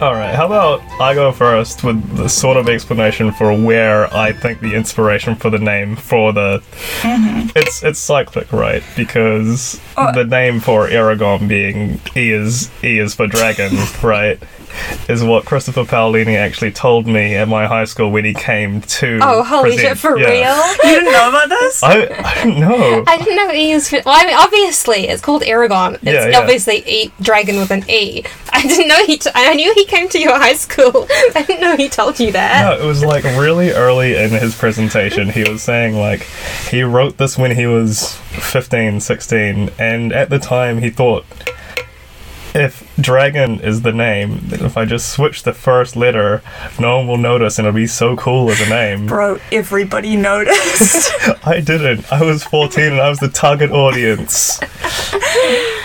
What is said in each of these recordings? All right. How about I go first with the sort of explanation for where I think the inspiration for the name for the Mm-hmm. it's it's cyclic, right? Because Oh. the name for Aragon being E is E is for dragon, right? Is what Christopher Paolini actually told me at my high school when he came to. Oh, holy present. shit, for Yeah. real? You didn't know about this? I I don't know. I didn't know E was. Well, I mean, obviously, it's called Aragon. It's Yeah, yeah. obviously a dragon with an E. I didn't know he. T- I knew he came to your high school. I didn't know he told you that. No, it was like really early in his presentation. He was saying like he wrote this when he was 15, 16, and at the time he thought if dragon is the name, then if I just switch the first letter, no one will notice and it'll be so cool as a name. Bro, everybody noticed. I didn't. I was 14 and I was the target audience.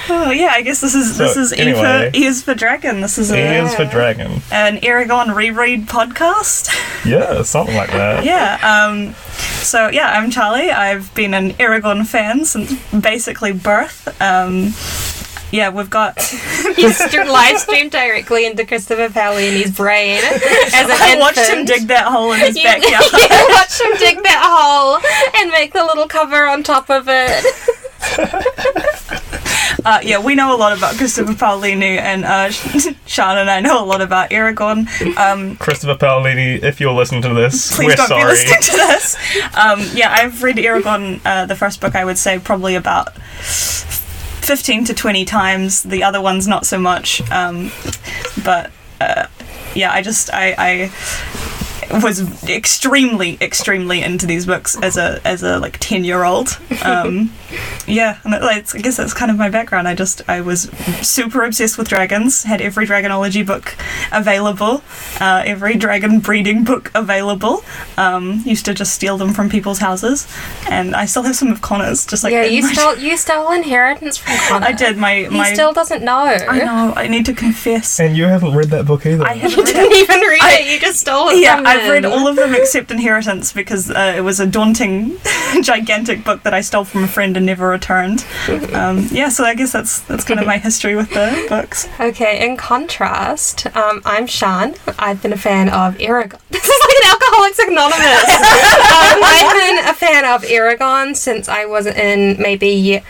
oh yeah, I guess this is this So, is anyway. E for E is for Dragon. This is E a, is for dragon. an Aragon reread podcast. Yeah, something like that. yeah. Um, so yeah, I'm Charlie. I've been an Aragon fan since basically birth. Um, yeah, we've got He st- live streamed directly into Christopher Paolini's brain as an I watched him infant. dig that hole in his You- backyard. you watch him dig that hole and make the little cover on top of it. Uh, yeah, we know a lot about Christopher Paolini, and uh, Sean and I know a lot about Aragon. Um, Christopher Paolini, if you're listening to this, please we're don't be sorry. listening to this. Um, yeah, I've read Aragon, uh, the first book, I would say probably about 15 to 20 times. The other ones, not so much. Um, but uh, yeah, I just, I. I was extremely, extremely into these books as a as a like ten year old. Um, yeah, and that- like, I guess that's kind of my background. I just I was super obsessed with dragons. Had every dragonology book available, uh, every dragon breeding book available. Um, used to just steal them from people's houses, and I still have some of Connor's. Just like yeah, in you my- stole you stole inheritance from Connor. I did my He my. still doesn't know. I know. I need to confess. And you haven't read that book either. I have You didn't even read I- it. You just stole it. Yeah, from I've read him. all of them except Inheritance because uh, it was a daunting, gigantic book that I stole from a friend and never returned. Um, yeah, so I guess that's that's kind of my history with the books. Okay, in contrast, um, I'm Sean. I've been a fan of Aragon. This is like an Alcoholics Anonymous. um, I've been a fan of Aragon since I was in maybe year,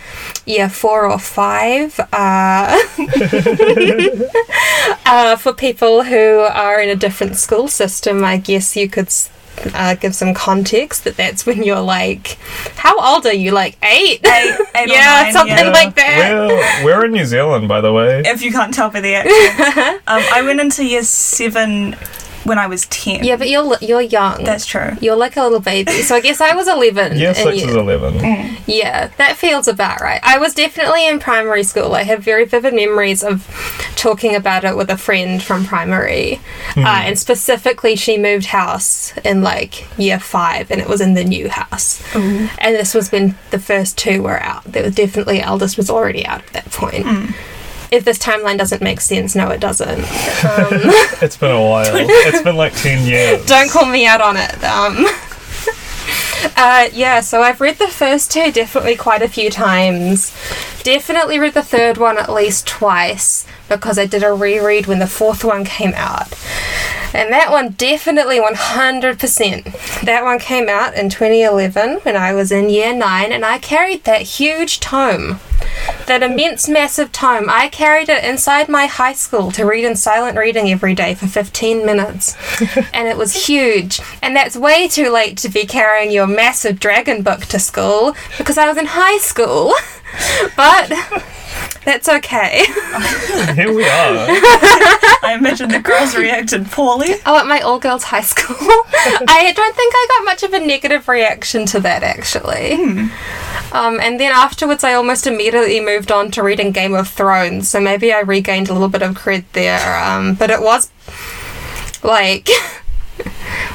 year four or five. Uh, uh, for people who are in a different school system, I guess you could. s- Uh, give some context that that's when you're like, how old are you? Like eight? Eight- eight or yeah, nine, something yeah. like that. We're, we're in New Zealand, by the way. If you can't tell by the accent, um, I went into year seven when I was ten. Yeah, but you're li- you're young. that's true. You're like a little baby. So I guess I was 11. Year and six you- is eleven. Mm. Yeah, that feels about right. I was definitely in primary school. I have very vivid memories of talking about it with a friend from primary. Hmm. Uh, Mm. and specifically, she moved house in like year five and it was in the new house. And this was when the first two were out. There was definitely eldest was already out at that point. Mm. If this timeline doesn't make sense, no, it doesn't. It's been a while. it's been like ten years. Don't call me out on it. Um, uh, yeah, so I've read the first two definitely quite a few times. Definitely read the third one at least twice because I did a reread when the fourth one came out. And that one definitely 100%. That one came out in 2011 when I was in year 9 and I carried that huge tome. That immense, massive tome. I carried it inside my high school to read in silent reading every day for 15 minutes. and it was huge. And that's way too late to be carrying your massive dragon book to school because I was in high school. but that's okay. Here we are. I imagine the girls reacted poorly. Oh, at my all girls high school. I don't think I got much of a negative reaction to that, actually. Um, and then afterwards, I almost immediately moved on to reading Game of Thrones, so maybe I regained a little bit of cred there. Um, but it was like.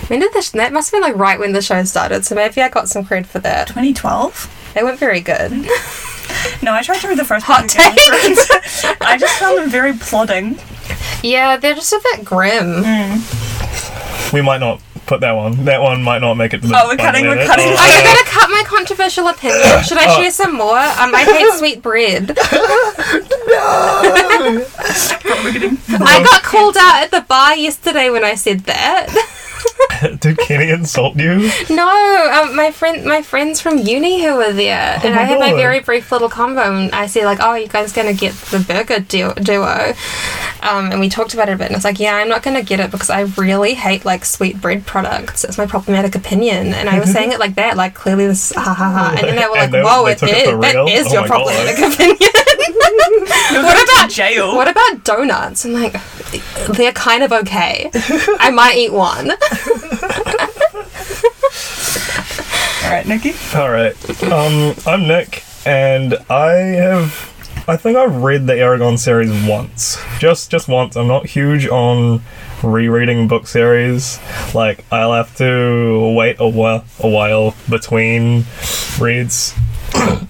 When did this? That must have been like right when the show started, so maybe I got some cred for that. 2012. They weren't very good. No, I tried to read the first Hot book again. I just found them very plodding. Yeah, they're just a bit grim. We might not put that one. That one might not make it. To the Oh, we're cutting, final we're edit. cutting. Oh, I'm gonna cut my controversial opinion. Should I share some more? Um, I hate sweet bread. no! Probably getting I got called out at the bar yesterday when I said that. Did Kenny insult you? No, um, my friend, my friends from uni who were there, and Oh my I had my God. very brief little combo, and I said like, "Oh, you guys gonna get the burger du- duo?" Um, and we talked about it a bit, and I was like, "Yeah, I'm not gonna get it because I really hate like sweet bread products. It's my problematic opinion." And I was saying it like that, like clearly this ha ha ha, and then they were like, And they- "Whoa, they it took it is, for that real? is Oh your my God. problematic opinion." what about jail. what about donuts? I'm like, they're kind of okay. I might eat one. All right, Nikki. All right. Um, I'm Nick, and I have. I think I've read the Aragon series once, just just once. I'm not huge on rereading book series. Like I'll have to wait a while, a while between reads.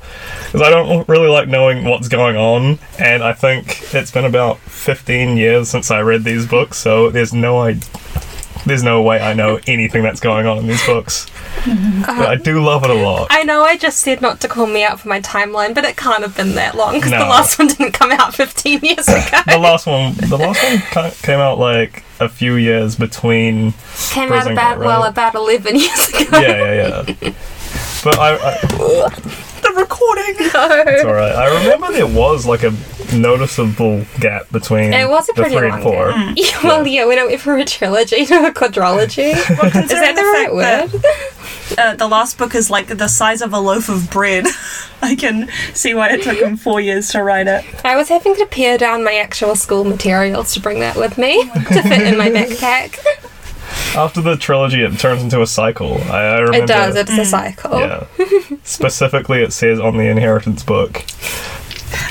Because I don't really like knowing what's going on, and I think it's been about 15 years since I read these books, so there's no I, there's no way I know anything that's going on in these books. But I do love it a lot. I know I just said not to call me out for my timeline, but it can't have been that long because the No. last one didn't come out 15 years ago. the last one the last one ca- came out like a few years between came out Prison about, Guard, well, right? about 11 years ago. yeah yeah yeah but I, I The recording. it's all right I remember there was like a noticeable gap between It was a the pretty three long and four gap. Yeah, well, yeah, we don't went from a trilogy to a quadrilogy. Well, considering Is that the right fact word? That, uh, the last book is like the size of a loaf of bread. I can see why it took him four years to write it. I was having to pare down my actual school materials to bring that with me to fit in my backpack. after the trilogy it turns into a cycle I, I remember Hmm. It does, it's a cycle. yeah specifically it says on the inheritance book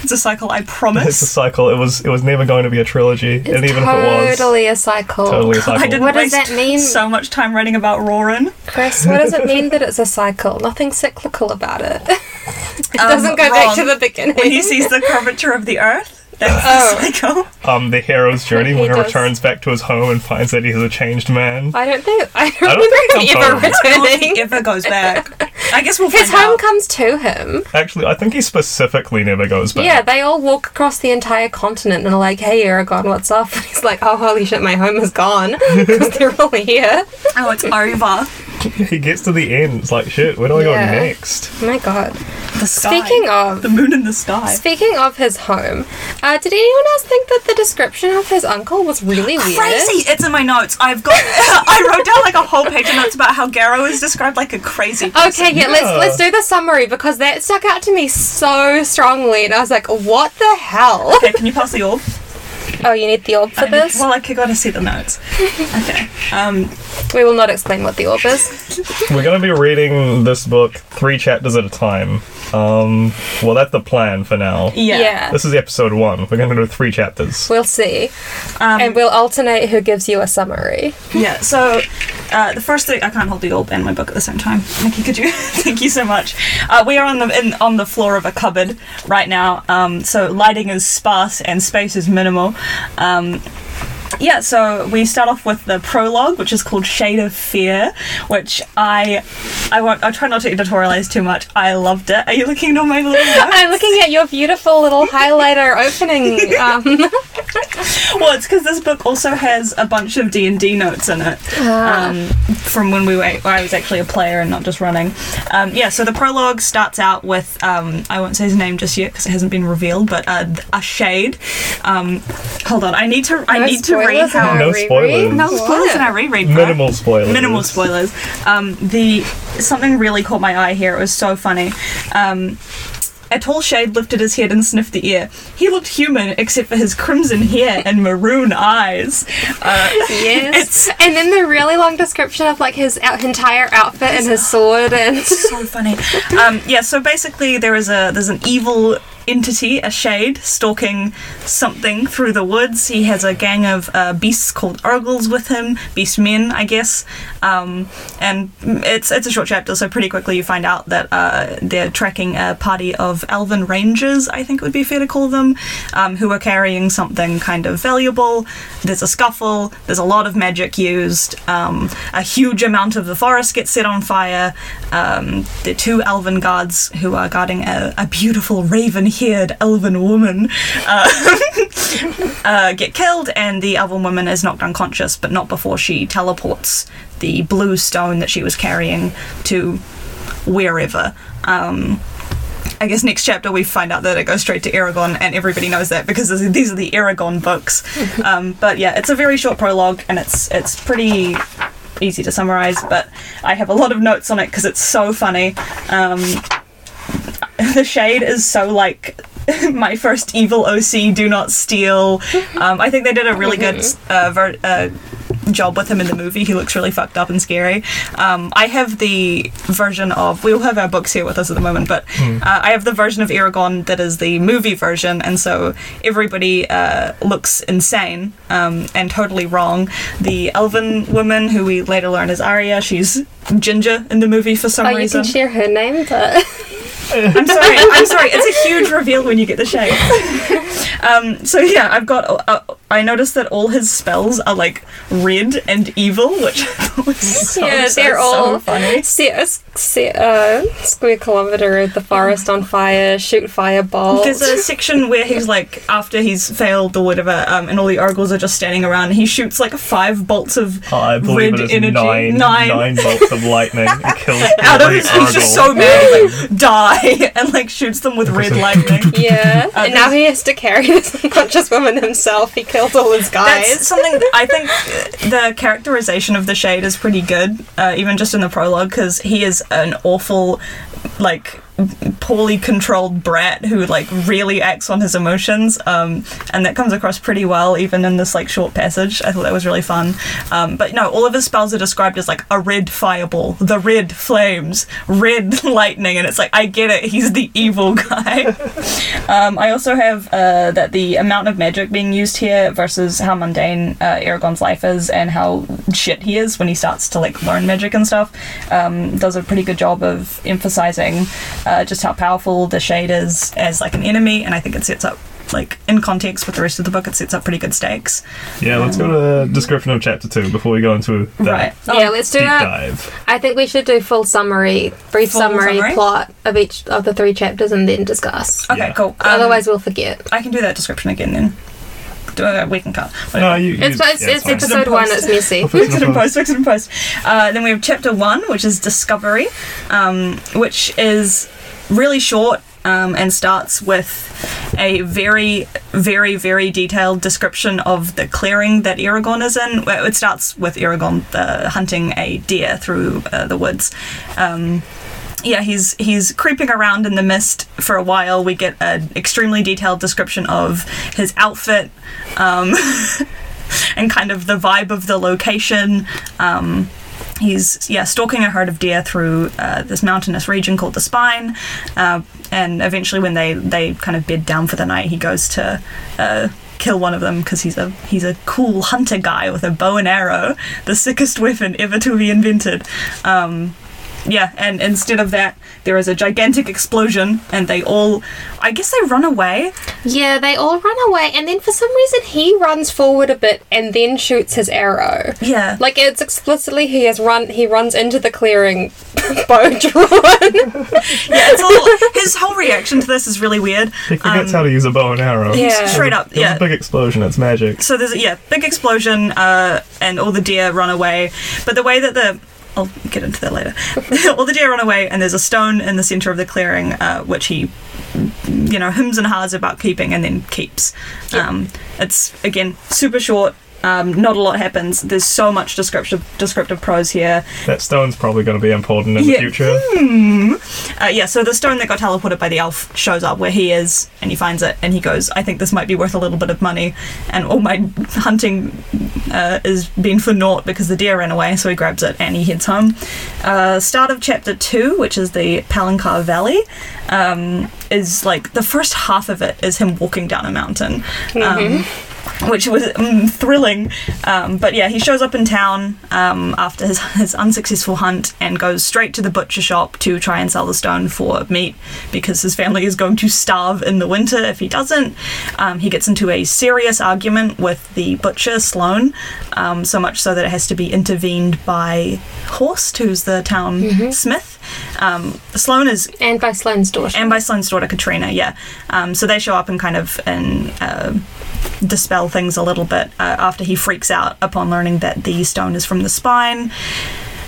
It's a cycle, I it's a promise. cycle it was it was never going to be a trilogy and even if it was totally a cycle. totally a cycle I didn't What does waste that mean? so much time writing about Roran. Chris, what does it mean that it's a cycle? Nothing cyclical about it. it Um, doesn't go back wrong. to the beginning. When he sees the curvature of the earth, that's Oh. the cycle. um the hero's journey He when he does. returns back to his home and finds that he's a changed man I don't think I don't, I don't think think I'm home. ever I don't think he returning. ever goes back. I guess we'll His find home out. comes to him. Actually, I think he specifically never goes back. Yeah, they all walk across the entire continent and are like, "Hey, Aragon, what's up?" And he's like, "Oh, holy shit, my home is gone because they're all here." oh, it's over. He gets to the end. It's like, shit, where do I Yeah. go next? Oh my god. The sky. Speaking of- the moon in the sky. Speaking of his home, uh, did anyone else think that the description of his uncle was really weird? Crazy! It's in my notes. I've got. I wrote down like a whole page of notes about how Garrow is described like a crazy. Okay, yeah, let's Yeah. let's do the summary because that stuck out to me so strongly, and I was like, "What the hell?" Okay, can you pass the orb? Oh, you need the orb for this. Well, I gotta see the notes. Okay. Um, We will not explain what the orb is. We're gonna be reading this book three chapters at a time. Um, well, that's the plan for now. yeah. This is episode one. We're gonna do three chapters. We'll see, Um, and we'll alternate who gives you a summary. yeah. So, uh, the first thing I can't hold the orb and my book at the same time. Nikki, could you? Thank you so much. Uh, we are on the in, on the floor of a cupboard right now. Um, so lighting is sparse and space is minimal. Um, yeah, so we start off with the prologue, which is called Shade of Fear, which I, I won't. I try not to editorialize too much. I loved it. Are you looking at all my little notes? I'm looking at your beautiful little highlighter opening. Um, Well, it's because this book also has a bunch of D and D notes in it um, from when we were. when I was actually a player and not just running. Um, yeah, so the prologue starts out with um, I won't say his name just yet because it hasn't been revealed, but uh, th- a shade. Um, hold on, I need to. I no need to read spoilers in our how. No reread. spoilers. No Oh. spoilers, and I reread. bro. Minimal spoilers. Minimal spoilers. Um, the something really caught my eye here. It was so funny. Um, a tall shade lifted his head and sniffed the air. He looked human, except for his crimson hair and maroon eyes. Uh, Yes. and then the really long description of like his out- entire outfit and his sword and so funny. Um, yeah. So basically, there is a there's an evil entity, a shade, stalking something through the woods. He has a gang of uh, beasts called Urgles with him, beast men, I guess. Um, and it's it's a short chapter, so pretty quickly you find out that uh, they're tracking a party of elven rangers. I think it would be fair to call them, um, who are carrying something kind of valuable. There's a scuffle. There's a lot of magic used. Um, a huge amount of the forest gets set on fire. Um, the two elven guards who are guarding a, a beautiful raven haired elven woman uh, uh, get killed, and the elven woman is knocked unconscious, but not before she teleports the blue stone that she was carrying to wherever. Um, I guess next chapter we find out that it goes straight to Aragon, and everybody knows that because this- these are the Aragon books. Um, but yeah, it's a very short prologue, and it's it's pretty easy to summarize. But I have a lot of notes on it because it's so funny. Um, the shade is so like my first evil OC, do not steal. Um, I think they did a really good Mm-hmm. uh, ver- uh, job with him in the movie. He looks really fucked up and scary. Um, I have the version of we all have our books here with us at the moment, but uh, I have the version of Aragon that is the movie version, and so everybody uh, looks insane um, and totally wrong. The elven woman, who we later learn is Arya, she's ginger in the movie for some Oh, you reason. can share her name, but I'm sorry. I'm sorry. It's a huge reveal when you get the shade. um, so yeah, I've got. Uh, I noticed that all his spells are like red and evil, which I thought was so, yeah, so, they're so all funny. set a s- set a uh, square kilometer of the forest on fire, shoot fireballs. There's a section where he's like, after he's failed or whatever, um, and all the oracles are just standing around. He shoots like five bolts of Oh, I believe red it is energy, nine, nine, nine bolts of lightning. It kills out of every his. He's just so Argyle. mad. He's like, die, and like shoots them with red lightning. Yeah, Uh, and now he has to carry this unconscious woman himself. He killed all his That's guys. something that I think uh, the characterization of the shade is pretty good, uh, even just in the prologue, because he is an awful, like, poorly controlled brat who like really acts on his emotions, um, and that comes across pretty well even in this like short passage. I thought that was really fun. Um, but no, all of his spells are described as like a red fireball, the red flames, red lightning, and it's like I get it. He's the evil guy. Um, I also have uh, that the amount of magic being used here versus how mundane uh, Aragon's life is and how shit he is when he starts to like learn magic and stuff um, does a pretty good job of emphasizing uh, just how powerful the shade is as like an enemy, and I think it sets up like in context with the rest of the book, it sets up pretty good stakes. Yeah, let's go to the description of chapter two before we go into that Right. yeah, let's do Oh, deep that. dive. I think we should do full summary, brief Full summary, summary? plot of each of the three chapters, and then discuss. Okay, Yeah. cool. Um, Otherwise, we'll forget. I can do that description again then. Uh, we can cut. No, you. you It's, it's, yeah, it's fine. episode one. It's messy. Fix fix it it in in post, fix it in post. Uh, then we have chapter one, which is Discovery, um, which is really short um, and starts with a very, very, very detailed description of the clearing that Aragorn is in. Well, It starts with Aragorn uh, hunting a deer through uh, the woods. Um, yeah, he's he's creeping around in the mist for a while. We get an extremely detailed description of his outfit, um, and kind of the vibe of the location. Um, he's yeah stalking a herd of deer through uh, this mountainous region called the Spine, uh, and eventually when they they kind of bed down for the night, he goes to. Uh, kill one of them because he's a he's a cool hunter guy with a bow and arrow the sickest weapon ever to be invented um yeah, and instead of that, there is a gigantic explosion, and they all, I guess they run away. Yeah, they all run away, and then for some reason he runs forward a bit and then shoots his arrow. Yeah. Like, Like it's explicitly he has run. He runs into the clearing, bow drawn. yeah, it's all, his whole reaction to this is really weird. He forgets Um, how to use a bow and arrow. Yeah. Straight up, It was yeah. a big explosion. It's magic. So there's a, yeah, big explosion, uh, and all the deer run away. But the way that the I'll get into that later. all the deer run away, and there's a stone in the center of the clearing, uh, which he, you know, hums and haws about keeping, and then keeps. Um, it's again super short. Um, not a lot happens. There's so much descriptive descriptive prose here. That stone's probably going to be important in Yeah. the future. Uh, yeah, so the stone that got teleported by the elf shows up where he is, and he finds it, and he goes, "I think this might be worth a little bit of money." And all my hunting uh, is been for naught because the deer ran away, so he grabs it and he heads home. Uh, start of chapter two, which is the Palancar Valley, um, is like the first half of it is him walking down a mountain. Um, which was mm, thrilling. Um, but yeah, he shows up in town um, after his, his unsuccessful hunt and goes straight to the butcher shop to try and sell the stone for meat because his family is going to starve in the winter if he doesn't. Um, he gets into a serious argument with the butcher, Sloan, um, so much so that it has to be intervened by Horst, who's the town smith. Um, Sloane is And by Sloane's daughter. and by Sloane's daughter Katrina, yeah. Um, so they show up and kind of and uh, dispel things a little bit uh, after he freaks out upon learning that the stone is from the spine.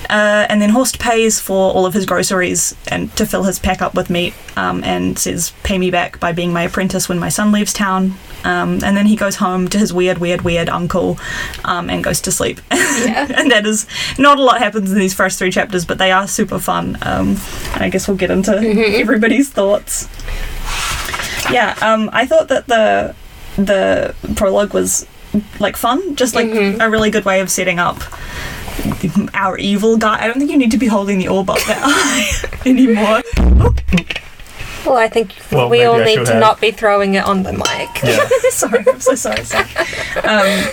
Uh, and then Horst pays for all of his groceries and to fill his pack up with meat, um, and says, "Pay me back by being my apprentice when my son leaves town." Um, and then he goes home to his weird, weird, weird uncle, um, and goes to sleep. and that is not a lot happens in these first three chapters, but they are super fun. Um, and I guess we'll get into everybody's thoughts. Yeah, um, I thought that the the prologue was like fun, just like a really good way of setting up our evil guy. I don't think you need to be holding the orb up that high anymore. Well, I think Well, we maybe all I need should to have- not be throwing it on the mic. Yeah. sorry, I'm so sorry. sorry. Um,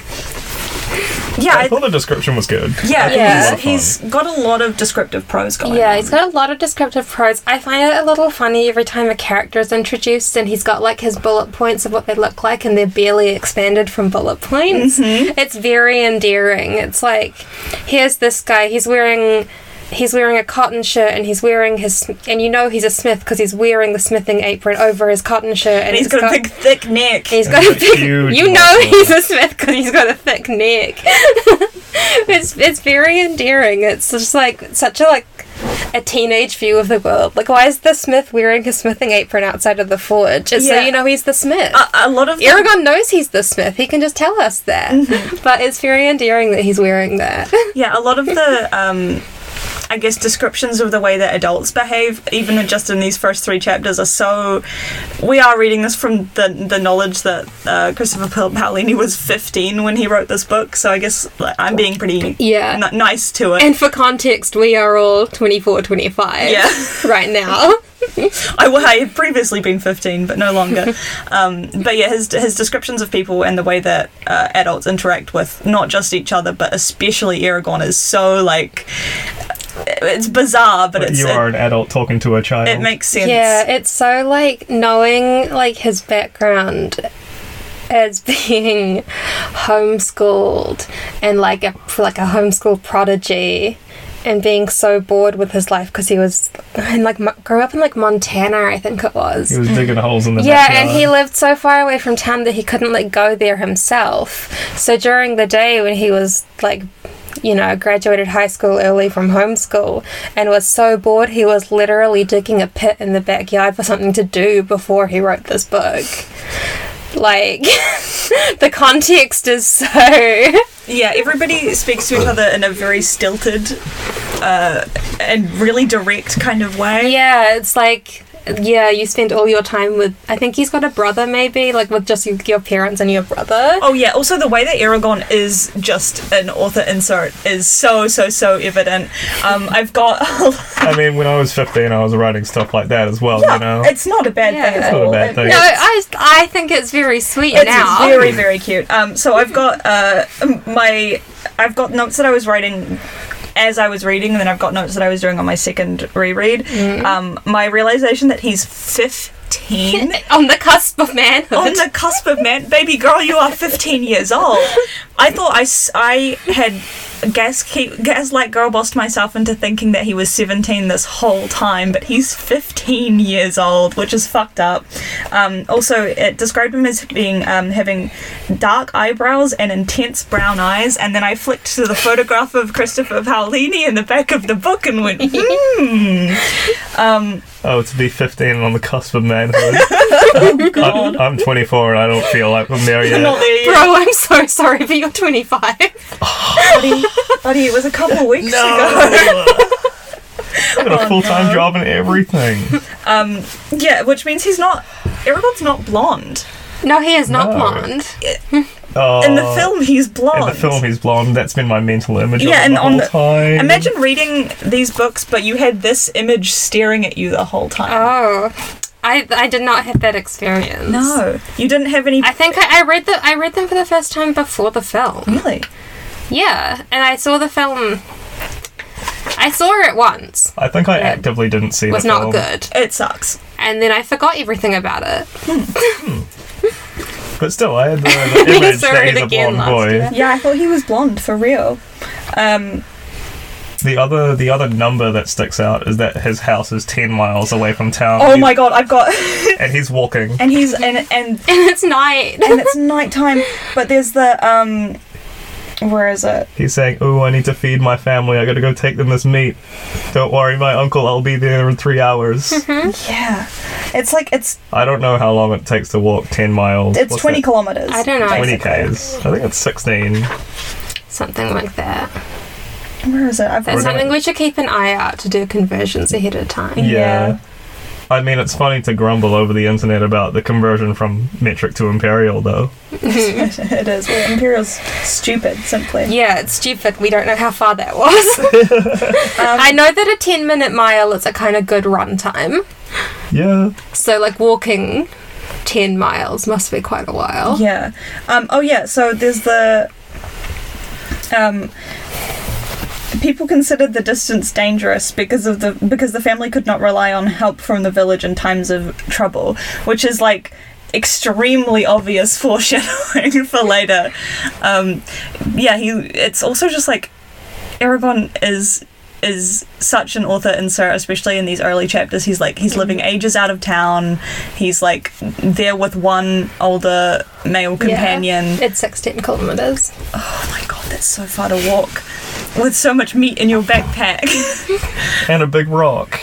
yeah, I I, thought the description was good. yeah, Yeah. He's, he's got a lot of descriptive prose going. Yeah, on. he's got a lot of descriptive prose. I find it a little funny every time a character is introduced and he's got like his bullet points of what they look like and they're barely expanded from bullet points. Mm-hmm. It's very endearing. It's like, here's this guy, he's wearing. He's wearing a cotton shirt and he's wearing his, and you know he's a smith because he's wearing the smithing apron over his cotton shirt, and, and he's got a big thick neck. He's And got he's a got big, huge you know muscles. he's a smith because he's got a thick neck. it's it's very endearing. It's just like such a like a teenage view of the world. Like why is the smith wearing his smithing apron outside of the forge? It's so Yeah. you know he's the smith. a, Uh, a lot of them- Aragon knows he's the smith. He can just tell us that. But it's very endearing that he's wearing that. yeah, a lot of the um, I guess descriptions of the way that adults behave, even just in these first three chapters, are so. We are reading this from the the knowledge that uh, Christopher Pal- Paolini was 15 when he wrote this book, so I guess like, I'm being pretty Yeah. n- nice to it. And for context, we are all 24, 25 Yeah. right now. I, well, I had previously been 15, but no longer. um, but yeah, his, his descriptions of people and the way that uh, adults interact with not just each other, but especially Aragorn is so like. It's bizarre, but it's. you it- are an adult talking to a child. it makes sense. Yeah, it's so like knowing like his background as being homeschooled and like a like a homeschool prodigy and being so bored with his life because he was in like Mo- grew up in like Montana, I think it was. he was digging holes in the Yeah, backyard. and he lived so far away from town that he couldn't like go there himself. So during the day when he was like you know, graduated high school early from homeschool and was so bored he was literally digging a pit in the backyard for something to do before he wrote this book. Like the context is so Yeah, everybody speaks to each other in a very stilted uh, and really direct kind of way. Yeah, it's like yeah, you spend all your time with I think he's got a brother maybe, like with just your- your parents and your brother. Oh yeah. Also, the way that Aragon is just an author insert is so so so evident. Um, I've got. I mean, when I was 15, I was writing stuff like that as well, you know? it's not a bad thing Yeah. at Not a all. bad thing. No, I I think it's very sweet It's now. very very cute. Um, so I've got uh my I've got notes that I was writing as I was reading, and then I've got notes that I was doing on my second reread. Um, my realization that he's fifteen. on the cusp of manhood. on the cusp of man baby girl you are 15 years old i thought i, s- I had gas keep, gaslight girl bossed myself into thinking that he was 17 this whole time but he's 15 years old which is fucked up um, also it described him as being um, having dark eyebrows and intense brown eyes and then i flicked to the photograph of christopher paolini in the back of the book and went hmm um, Oh, to be 15 and on the cusp of manhood. I'm, I'm 24 and I don't feel like I'm there yet. not there yet. Bro, I'm so sorry, but you're 25. buddy, buddy, it was a couple of weeks ago. I got a full time job and everything. Um, yeah, which means he's not. Aragorn's not blonde. No, he is not No. blonde. Oh, In the film, he's blonde. In the film, he's blonde. That's been my mental image Yeah, of him and the on whole the- time. Imagine reading these books, but you had this image staring at you the whole time. Oh, I I did not have that experience. no, you didn't have any. I think I, I read the I read them for the first time before the film. really? Yeah, and I saw the film. I saw it once. I think I actively didn't see It was the not film. good, It sucks. and then I forgot everything about it. But still, I had the, the image saw that it he's a again blonde last boy. year. Yeah, I thought he was blonde for real. Um, the other the other number that sticks out is that his house is ten miles away from town. Oh He's- my god, I've got. And he's walking. and he's and And and it's night. and it's nighttime. But there's the um, where is it? He's saying, "Oh, I need to feed my family. I got to go take them this meat. Don't worry, my uncle. I'll be there in three hours. Yeah, it's like it's I don't know how long it takes to walk ten miles. it's What's twenty that? kilometers. I don't know. Twenty k's. I think it's sixteen. Something like that. Where is it? I've That's We're gonna- something we should keep an eye out to do conversions ahead of time. Yeah. Yeah. I mean, it's funny to grumble over the internet about the conversion from metric to imperial, though. it is. Well, Imperial's stupid, simply. Yeah, it's stupid. We don't know how far that was. Um, I know that a 10 minute mile is a kind of good run time. Yeah. So, like, walking 10 miles must be quite a while. Yeah. Um, oh yeah. So there's the. Um, people considered the distance dangerous because of the because the family could not rely on help from the village in times of trouble, which is like extremely obvious foreshadowing for later. Um, yeah, he. It's also just like Aragon is is such an author insert, especially in these early chapters. He's like he's living ages out of town. He's like there with one older male companion. It's 16 kilometers. Oh my god, that's so far to walk with so much meat in your backpack. And a big rock.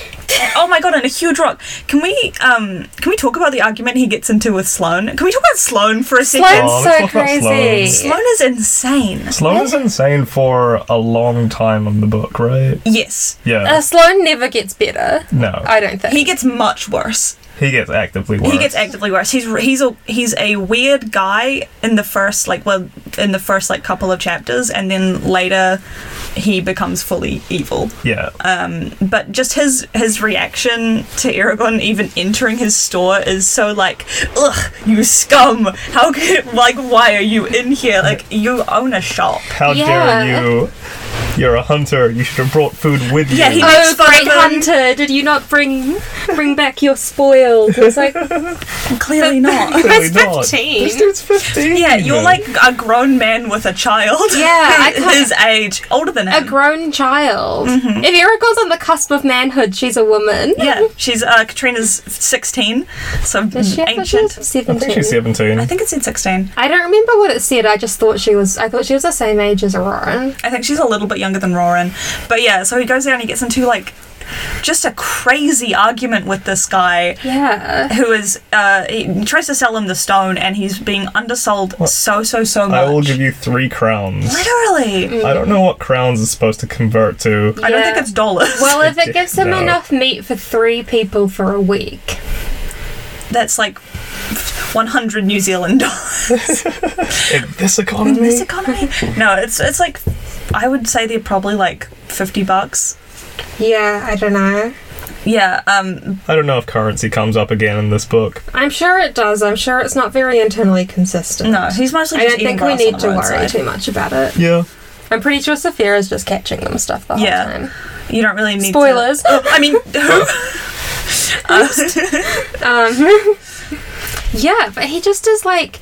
oh my god, and a huge rock. Can we um can we talk about the argument he gets into with Sloane? Can we talk about Sloane for a second? Sloane's Oh, let's so talk about crazy. Sloane is insane. Sloan is insane for a long time in the book, right? Yes. Yeah. Uh, Sloan never gets better. no. I don't think. He gets much worse. he gets actively worse. He gets actively worse. He's he's a he's a weird guy in the first like well in the first like couple of chapters, and then later he becomes fully evil. Yeah. Um, but just his his reaction to Aragon even entering his store is so like, ugh, you scum! How could like why are you in here? Like you own a shop. How Yeah. dare you? You're a hunter. You should have brought food with Yeah, you. he- Oh, makes fun great of him. hunter! Did you not bring bring back your spoils? It's like Clearly not. Clearly He's not. 15. This dude's 15. Yeah, you're like a grown man with a child. Yeah, I can't- his age, older than a him. grown child. If Erica's on the cusp of manhood, she's a woman. Mm-hmm. Yeah, she's uh, Katrina's sixteen, so Is she have ancient. issues? I think she's Seventeen. 17. I think it's in sixteen. I don't remember what it said. I just thought she was. I thought she was the same age as Roran. I think she's a little bit younger than Roran. But yeah, so he goes there and he gets into like just a crazy argument with this guy Yeah. who is uh he tries to sell him the stone and he's being undersold so so so much. I will give you three crowns. Literally. I don't know what crowns is supposed to convert to. I don't Yeah. think it's dollars. Well, if it gives him No. enough meat for three people for a week, That's like 100 New Zealand dollars In this in economy? this e- economy. No, it's it's like I would say they're probably like 50 bucks. yeah, I don't know. Yeah, um I don't know if currency comes up again in this book. I'm sure it does. I'm sure it's not very internally consistent. no, he's mostly I just don't eating think we grass on need the to worry roadside. too much about it. Yeah. I'm pretty sure Saphira's just catching them stuff the whole Yeah. time. You don't really need to- Spoilers. Oh, I mean, who? Uh, Um, yeah, but he just is like.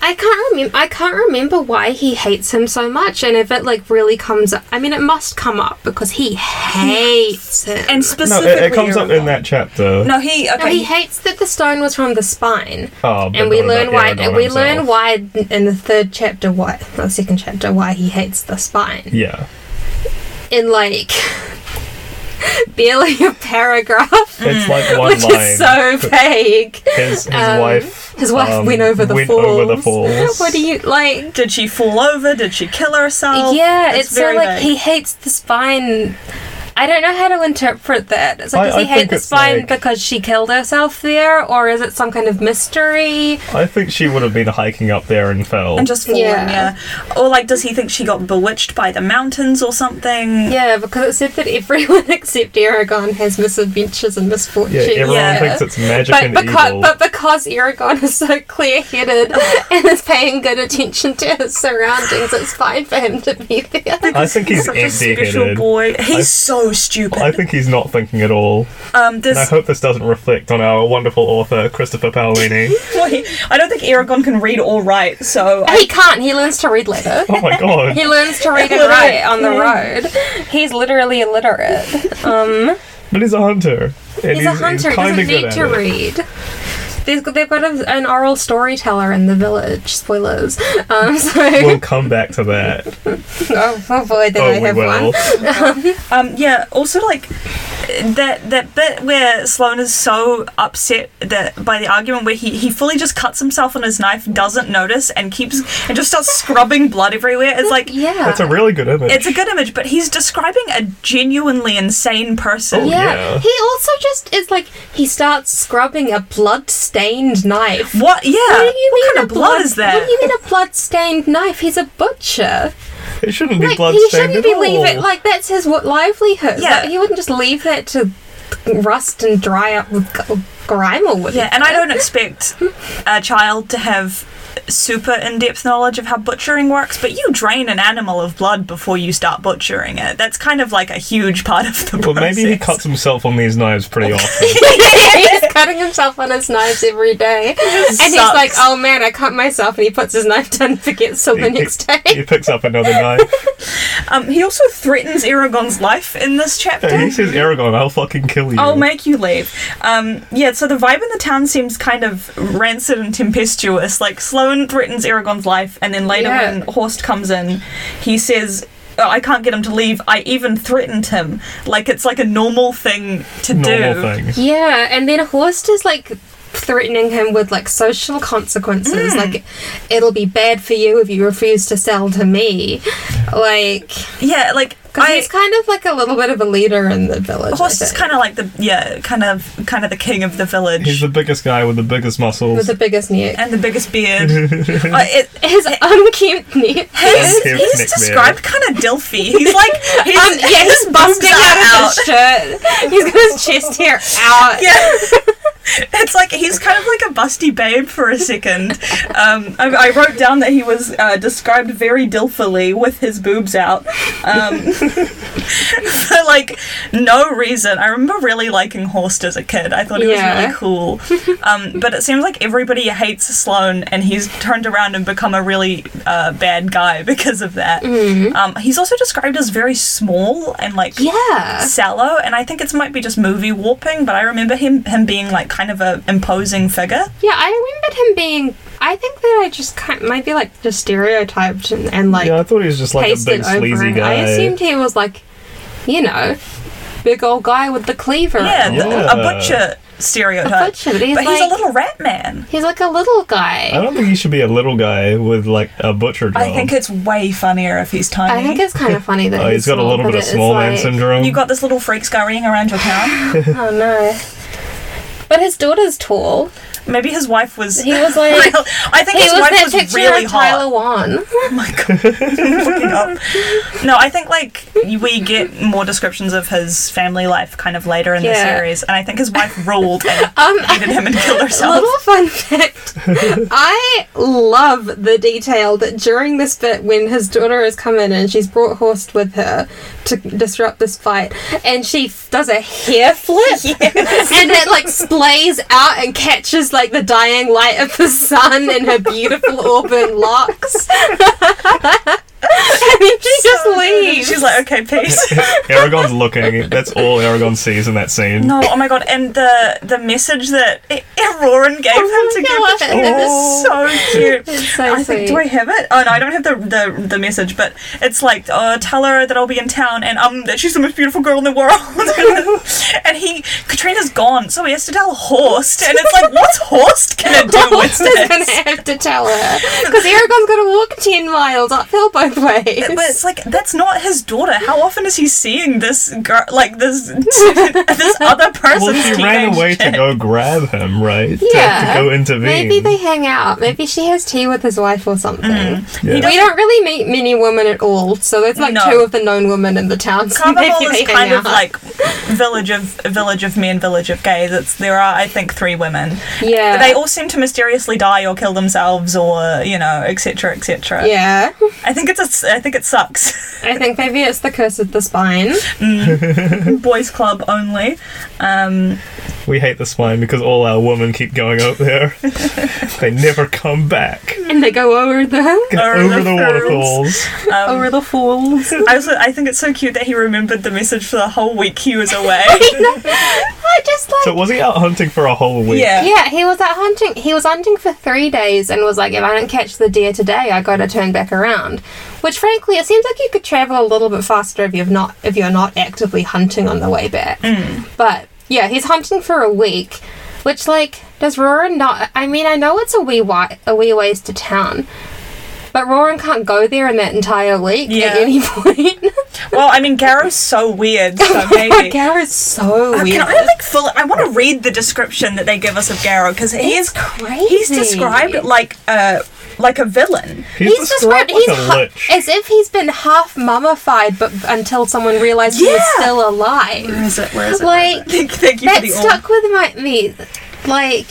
I can't remember. I can't remember why he hates him so much, and if it like really comes up, I mean, it must come up because he hates him. and No, specifically, it, it comes up in Aragorn. that chapter. No, he okay. No, he hates that the stone was from the spine, Oh, but and we not learn about why. Aragorn And we himself. learn why in the third chapter, why or second chapter, why he hates the spine Yeah. in like barely a paragraph, It's like one which line. is so vague. his his um, wife. His wife um, went over the went falls. over the falls. What do you like? Did she fall over? Did she kill herself? yeah, It's it's, very so like vague. he hates the spine. I don't know how to interpret that. It's like, I- does he I hate think the it's spine like- because she killed herself there, or is it some kind of mystery? I think she would have been hiking up there and fell. And just fallen, Yeah. yeah. Or like, does he think she got bewitched by the mountains or something? Yeah, because it said that everyone except Aragon has misadventures and yeah, misfortunes. everyone Yeah. thinks it's magic but and because, evil. but because Aragon is so clear headed and is paying good attention to his surroundings, it's fine for him to be there. I think he's Such a empty special headed. boy. He's I- so so stupid. I think he's not thinking at all. um, there's And I hope this doesn't reflect on our wonderful author, Christopher Paolini. Wait, I don't think Aragon can read or write, so I, He can't. He learns to read later. Oh my god. He learns to read and write on the road. He's literally illiterate. Um, But he's a hunter. And he's a hunter. He kinda good doesn't need at to it. read. They've got, they've got a, an oral storyteller in the village. Spoilers. Um, so We'll come back to that. oh, oh boy, did oh, I we have will. one. um, yeah. Also, like that that bit where Sloane is so upset that by the argument where he, he fully just cuts himself on his knife, doesn't notice, and keeps and just starts scrubbing blood everywhere. It's like Yeah. That's a really good image. it's a good image, but he's describing a genuinely insane person. Oh, yeah. yeah. He also just is like he starts scrubbing a blood-stained knife. What? Yeah. What do you mean what kind a of blood, is that? What do you mean a blood-stained knife? He's a butcher. it shouldn't be Like blood he stained shouldn't at be all. leaving. Like that's his what livelihood. Yeah. Like, he wouldn't just leave that to rust and dry up with g- grime or whatever. Yeah, and I don't expect a child to have super in-depth knowledge of how butchering works, but you drain an animal of blood before you start butchering it. That's kind of like a huge part of the Well, process. maybe he cuts himself on these knives pretty often. he's cutting himself on his knives every day, and he's sucks. like, "Oh man, I cut myself," and he puts his knife down and forgets till the He- next he, day. he picks up another knife. Um, he also threatens Eragon's life in this And chapter. he says, Aragon, I'll fucking kill you. I'll make you leave. Um, yeah, so the vibe in the town seems kind of rancid and tempestuous. Like, Sloan threatens Eragon's life, and then later Yeah. when Horst comes in, he says, oh, I can't get him to leave. I even threatened him. Like, it's like a normal thing to Normal do. thing. Yeah, and then Horst is like threatening him with like social consequences, Hmm. like it'll be bad for you if you refuse to sell to me. Like, Yeah, like, because I. he's kind of like a little bit of a leader in the village. Horst is kind of like the yeah, kind of kind of the king of the He's village the biggest guy with the biggest with muscles. the biggest neck. and the biggest beard. Uh, it, His unkempt neck. he's, Unkempt he's neck beard. described kind of Delphy. He's like he's, Um, yeah, he's busting boobs out, are of his shirt. He's got his chest hair out. Yeah. it's like he's kind of like a busty babe for a second. Um, I, I wrote down that he was uh, described very dilfily with his boobs out. Um, for like no reason. I remember really liking Horst as a kid. I thought he Yeah. was really cool. Um, but it seems like everybody hates Sloane and he's turned around and become a really uh, bad guy because of that. Um, he's also described as very small and like Yeah. sallow and i think it might be just movie warping but i remember him him being like kind of a imposing figure Yeah, I remembered him being. I think that I just kind might be like just stereotyped and, and like yeah, I thought he was just like a pasted big over sleazy him. guy. I assumed he was like, you know, big old guy with the cleaver. yeah, and th- Yeah. a butcher stereotype butcher, but he's like- a little rat man He's like a little I guy. don't think he should be a little guy with like a butcher job. i think it's way funnier if he's tiny I think it's kind of funny that Oh, he's got a small, little but bit of it's small man like- syndrome. you got this little freak scurrying around your town. Oh no. But his daughter's tall. Maybe his wife was. He was like. real- I think He his was wife that was picture really of hot. Tyler Wan. Oh my god! Looking up. No, I think like we get more descriptions of his family life kind of later in the Yeah. series, and I think his wife ruled and Um, hated him and killed herself. Little fun fact. I love the detail that during this bit when his daughter has come in and she's brought Horst with her to disrupt this fight and she f- does a hair flip and it like splays out and catches like the dying light of the sun in her beautiful auburn locks. and then she just leaves. She's like, okay, peace. Aragon's looking. That's all Aragon sees in that scene. No, oh my god, and the the message that I- Roran gave Oh him to my give God. it was so cute. It's so I think do I sweet. have it? Oh no, I don't have the the, the message, but it's like, oh, tell her that I'll be in town and um that she's the most beautiful girl in the world. and he Katrina's gone, so he has to tell Horst, and it's like, what's Horst gonna do with Horst is gonna this? have to tell her because Aragon's gonna walk ten miles uphill both ways. But it's like that's not his daughter. How often is he seeing this girl, like this this other person's Well, she ran teenage away kid? to go grab him, right? To- To, Yeah. go intervene. Maybe they hang out. Maybe she has tea with his wife or something. Yeah. We don't really meet many women at all, so there's like Mm-hmm. No. two of the known women in the town. So Carnival maybe is they kind hang of out. like village of village of men, village of of gays. It's there are I think three women. Yeah. They all seem to mysteriously die or kill themselves or you know etc etc. yeah. I think it's a s I think it sucks. I think maybe it's the curse of the spine. Boys club only. Um, We hate the spine because all our women keep going out there. they never come back. And they go over the Over Over the the waterfalls. over the falls. Um, I also I think it's so cute that he remembered the message for the whole week he was away. I just like So was he out hunting for a whole week? yeah. Yeah, he was out hunting. He was hunting for three days and was like, if I don't catch the deer today, I got to turn back around. Which, frankly, it seems like you could travel a little bit faster if you've not if you're not actively hunting on the way back. Mm. But yeah, he's hunting for a week, which like does Roran not? I mean, I know it's a wee wi- a wee ways to town, but Roran can't go there in that entire week Yeah. at any point. Well, I mean, Garo's so weird, Oh so maybe. Garrett's so Oh, Can weird. I like full? I want to read the description that they give us of Garo because he is crazy. He's described like a like a villain. He's, He's described, described like he's ha- a lich. as if he's been half mummified, but until someone realised he was Yeah. still alive. is it? Where is it? Where is it? Like, thank, thank you for That the stuck with my me, like,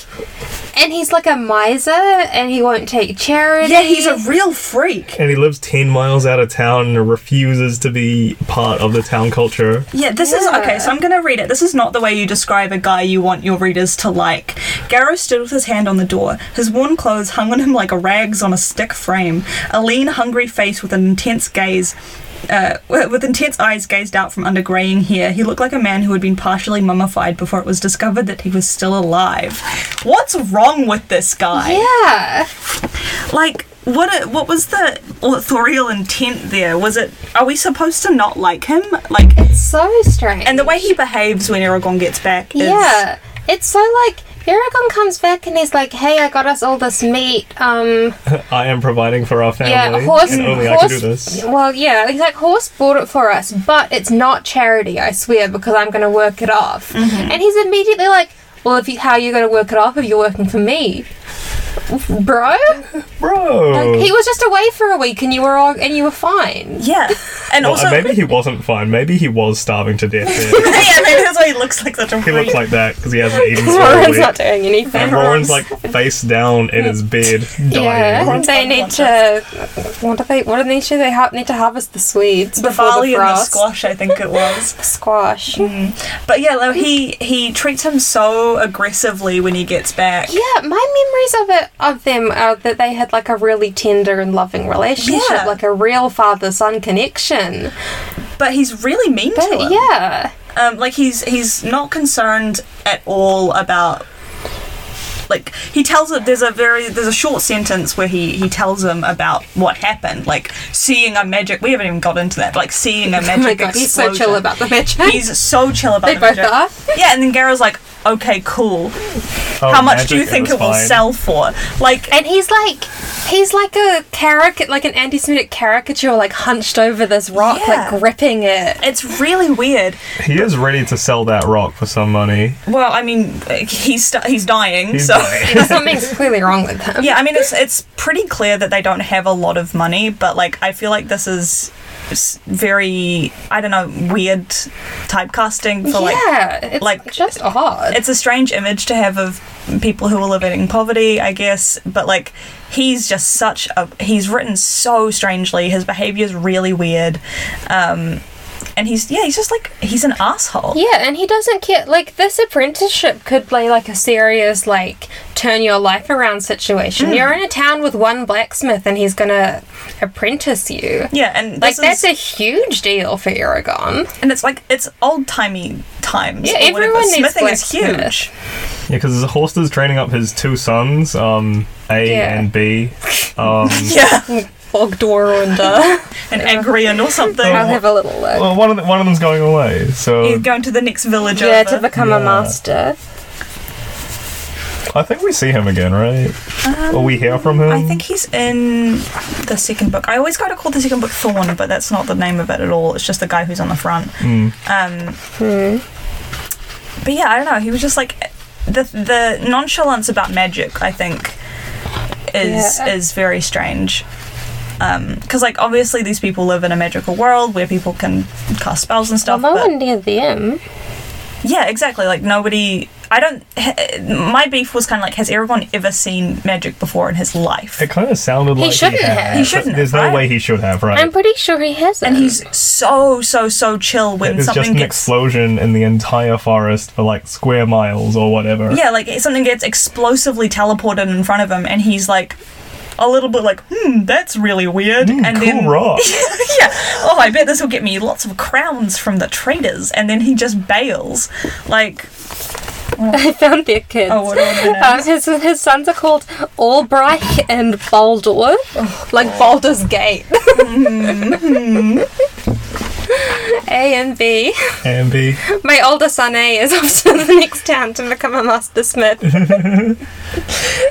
and he's like a miser, and he won't take all. charity. Yeah, he's a real freak. and he lives 10 miles out of town and refuses to be part of the town culture. Yeah, this is Yeah. okay. So I'm gonna read it. This is not the way you describe a guy you want your readers to like. Garrow stood with his hand on the door. His worn clothes hung on him like rags on a stick frame. A lean, hungry face with an intense gaze. Uh, with with intense eyes gazed out from under graying hair, he looked like a man who had been partially mummified before it was discovered that he was still alive. What's wrong with this guy? yeah. like what a, what was the authorial intent there was it are we supposed to not like him like So strange. and the way he behaves when Aragorn gets back is yeah, it's so like Aragorn comes back and he's like, "Hey, I got us all this meat. Um, I am providing for our family. yeah, horse, and only I can do this. horse. Well, yeah, he's like, horse bought it for us, but it's not charity, I swear, because I'm going to work it off. And he's immediately like, well, if you, how are you going to work it off if you're working for me, bro? Bro! Oh. Like, he was just away for a week, and you were all, and you were fine. yeah and Well, uh, also maybe he wasn't fine. Maybe he was starving to death. there. yeah maybe that's why he looks like such a he freak looks like that because he hasn't eaten for a Roran's week. not doing anything. and Roran's like face down in his bed, dying. Yeah, Roran's they not need to. What do they? What do they need to? They ha- need to harvest the Swedes the before barley the and the frost. squash I think it was squash. but yeah like, he he treats him so aggressively when he gets back Yeah, my memories of it of them are that they had like a really tender and loving relationship, Yeah. like a real father son connection. but he's really mean to But him yeah, um, like he's he's not concerned at all about like he tells it there's a very there's a short sentence where he he tells him about what happened like seeing a magic we haven't even got into that but, like seeing a magic oh my god, he's so explosion. chill about the magic. he's so chill about they the both magic. are. yeah and then Gara's like okay cool Oh, how much do magic, you think was it will fine. sell for like And he's like, he's like a caricature, like an anti-Semitic caricature, like hunched over this rock, Yeah. like gripping it. it's really weird He is ready to sell that rock for some money. well i mean like, he's st- he's dying He's so dying. Something's clearly wrong with him. yeah, I mean it's it's pretty clear that they don't have a lot of money, but like I feel like this is s- very I don't know weird typecasting for like yeah, it's like- just odd. it's a strange image to have of people who are living in poverty, I guess, but like he's just such a he's written so strangely. His behavior is really weird. Um and he's yeah, he's just like he's an asshole. Yeah, and he doesn't care. Like this apprenticeship could play like a serious like turn your life around situation. Hmm. You're in a town with one blacksmith, and he's gonna apprentice you. Yeah, and Like this that's is, a huge deal for Aragon. and it's like it's old timey times. Yeah, or whatever. everyone needs Smithing is blacksmith. huge. Yeah, because his horse is training up his two sons, um, A Yeah. and B. Um, Yeah. Bogdor and uh, an Agrian or something. I'll have a little Oh, look. well, one of the, one of them's going away, so He's going to the next village yeah, over. to become a Yeah. master. I think we see him again, right? or we hear from him. Um, I think he's in the second book. I always gotta call the second book Thorn, but that's not the name of it at all. It's just the guy who's on the front. Um, Hmm. But yeah, I don't know. He was just like the the nonchalance about magic. I think is Yeah. is very strange. Because like obviously these people live in a magical world where people can cast spells and Well, stuff. no but one near them. yeah, exactly. Like nobody I don't. h- My beef was kind of like, has Aragorn ever seen magic before in his life? It kind of sounded like shouldn't he, have. had, He but shouldn't There's have, no right? way he should have, right? I'm pretty sure he hasn't. And he's so so so chill when it's just something an gets explosion in the entire forest for like square miles or whatever. yeah, like something gets explosively teleported in front of him, and he's like a little bit like, hmm, that's really weird. Mm, and cool then rock. yeah, oh, I bet this will get me lots of crowns from the traders, and then he just bails. Like, I found their kids. oh, what are their Um, names? his, his sons are called Albright and Baldur, Oh, like Baldur's Gate. Mm-hmm. A and B. And B. My older son A is off to the next town to become a master smith.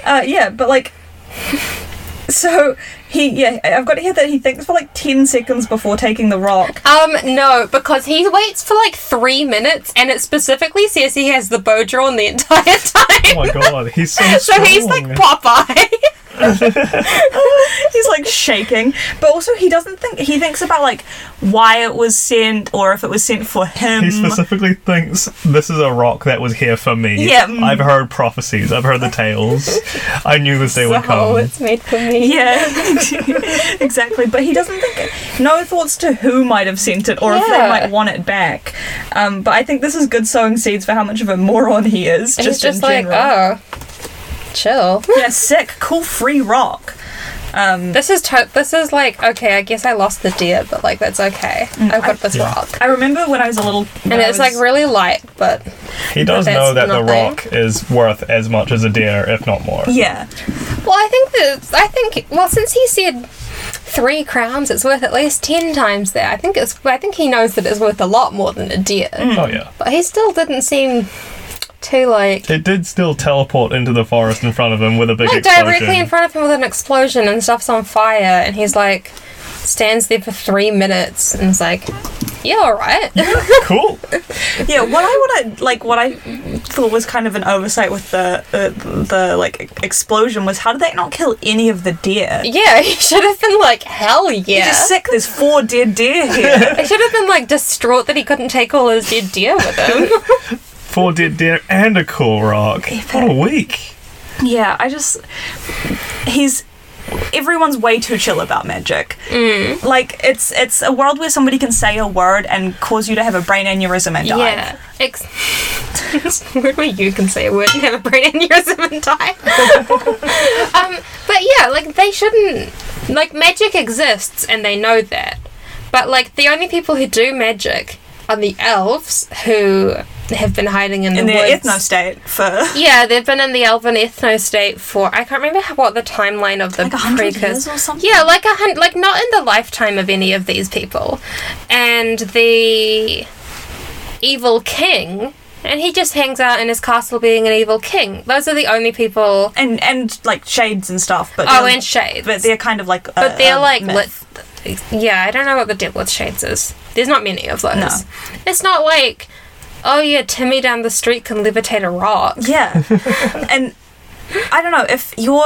Uh, yeah, but like, so he yeah, I- I've got here that he thinks for like ten seconds before taking the rock. Um, no, because he waits for like three minutes, and it specifically says he has the bow drawn the entire Oh time. my god, he's so so strong. he's like Popeye. He's like shaking, but also he doesn't think he thinks about like why it was sent or if it was sent for him. He specifically thinks this is a rock that was here for me. Yeah, mm. I've heard prophecies. I've heard the tales. I knew this day would oh, come. it's made for me. Yeah, exactly. But he doesn't think no thoughts to who might have sent it or if they Yeah. might want it back. Um, but I think this is good sowing seeds for how much of a moron he is. And just he's just like, in general. oh, chill. yeah, sick, cool, free rock. Um, This is to- this is like okay. I guess I lost the deer, but like that's okay. I've got this Yeah. rock, I remember when I was a little, when and I it's like was- really light, but He does That's know that the nothing. rock is worth as much as a deer, if not more. yeah, well, I think that I think well since he said three crowns, it's worth at least ten times that. I think it's I think he knows that it's worth a lot more than a deer, Oh yeah. but he still didn't seem too like. It did still teleport into the forest in front of him with a big Like explosion. directly in front of him with an explosion and stuff's on fire, and he's like stands there for three minutes and is like, "Yeah, all right." cool. yeah. What I what I like what I thought was kind of an oversight with the uh, the like explosion was how did they not kill any of the deer? yeah, he should have been like, "Hell yeah!" Just sick. There's four dead deer here. I should have been like distraught that he couldn't take all his dead deer with him. Four dead deer and a cool rock. What a week. Yeah, I just he's everyone's way too chill about magic. Mm. Like it's it's a world where somebody can say a word and cause you to have a brain aneurysm and die. yeah. Ex- it's a word where you can say a word and have a brain aneurysm and die. um, but yeah, like they shouldn't. Like magic exists and they know that. But like the only people who do magic are the elves who have been hiding in, In the their woods. ethno state for Yeah, they've been in the elven ethno state for I can't remember how- what the timeline of the like a hundred years precursor- or something. Yeah, like a hundred, like not in the lifetime of any of these people, and the evil king, and he just hangs out in his castle being an evil king. Those are the only people. And and like shades and stuff, but Oh, they're- and shades, but they're kind of like uh, but they're a like myth. lit. Yeah, I don't know what the deal with shades is. There's not many of those. No. It's not like, oh yeah, Timmy down the street can levitate a rock. Yeah. and I don't know, if your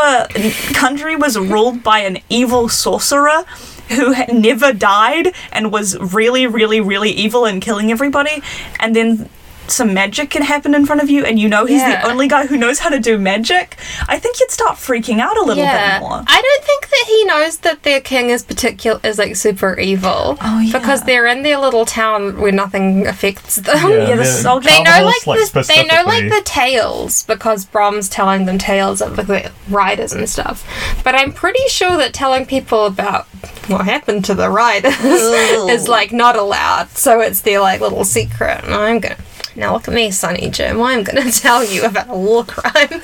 country was ruled by an evil sorcerer who had never died and was really, really, really evil and killing everybody, and then some magic can happen in front of you and you know he's Yeah. the only guy who knows how to do magic, I think you'd start freaking out a little bit more. I don't think that he knows that their king is particular is like super evil. Oh, yeah. Because they're in their little town where nothing affects them. the they're- soldier- They know Carnivorous, like, the they know like Uh, specifically. the tales because Brom's telling them tales of like, the riders and stuff. But I'm pretty sure that telling people about what happened to the riders is like not allowed. So it's their like little secret. And I'm gonna now look at me, Sonny Jim. I'm gonna tell you about a war crime.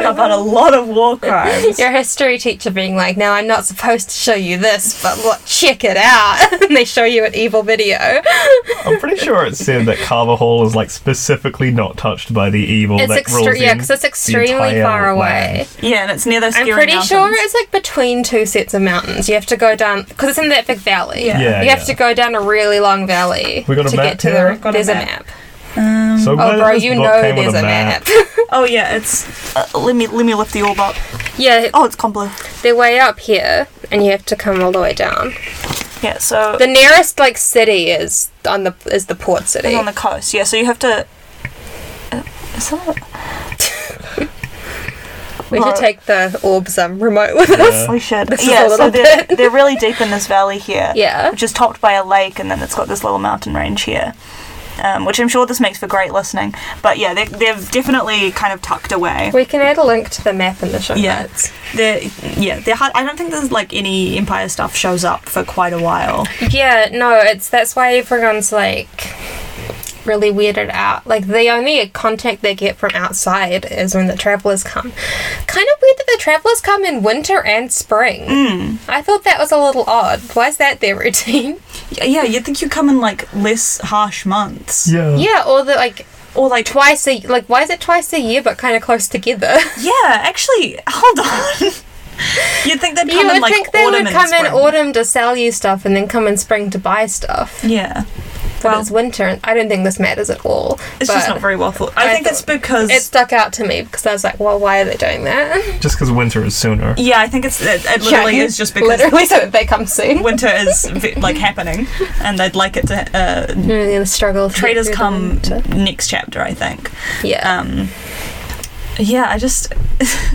About a lot of war crimes. Your history teacher being like, "Now I'm not supposed to show you this, but look, check it out." and they show you an evil video. I'm pretty sure it said that Carver Hall is like specifically not touched by the evil It's that rules extre- yeah, the- because it's the extremely entire far land. away. Yeah, and it's near those I'm scary pretty sure mountains. it's like between two sets of mountains. You have to go down because it's in that big valley. Yeah. Yeah, you have yeah. to go down a really long valley We got a to map get to here? the. We've got a there's a map. map. So glad Oh, that bro, this you book know came with there's a map. Oh yeah, it's uh, let me let me lift the orb up. yeah, Oh, it's Complu. they're way up here, and you have to come all the way down. Yeah, so The nearest like city is on the is the port city. It's on the coast. Yeah, so you have to. Some of it- We Well- should take the orbs um, remote with us. we should. This is a yeah, so little they're, they're really deep in this valley here. Yeah. Which is topped by a lake, and then it's got this little mountain range here. Um, which I'm sure this makes for great listening. But yeah, they're, they're definitely kind of tucked away. We can add a link to the map in the show Yeah. notes. They're, yeah, they're hard. I don't think there's like any Empire stuff shows up for quite a while. Yeah, no, it's that's why everyone's like really weirded out. Like the only contact they get from outside is when the travelers come. Kind of weird that the travelers come in winter and spring. Hmm. I thought that was a little odd. Why is that their routine? Yeah, you'd think you come in like less harsh months. Yeah. yeah, or the like Or like twice. twice a like why is it twice a year but kind of close together? Yeah, actually, hold on. You'd think they'd come you in would like think they autumn would and come in spring. autumn to sell you stuff and then come in spring to buy stuff. Yeah, But it's winter and I don't think this matters at all. it's but just not very well thought. I, I think it's thought- because it stuck out to me because I was like, well, why are they doing that? Just because winter is sooner. yeah, I think it's it, it literally Yeah, is just because literally so that they come soon. winter is ve- like happening, and they'd like it to. Uh, the struggle. to get traders through the come winter. next chapter, I think. Yeah. Um, yeah, I just.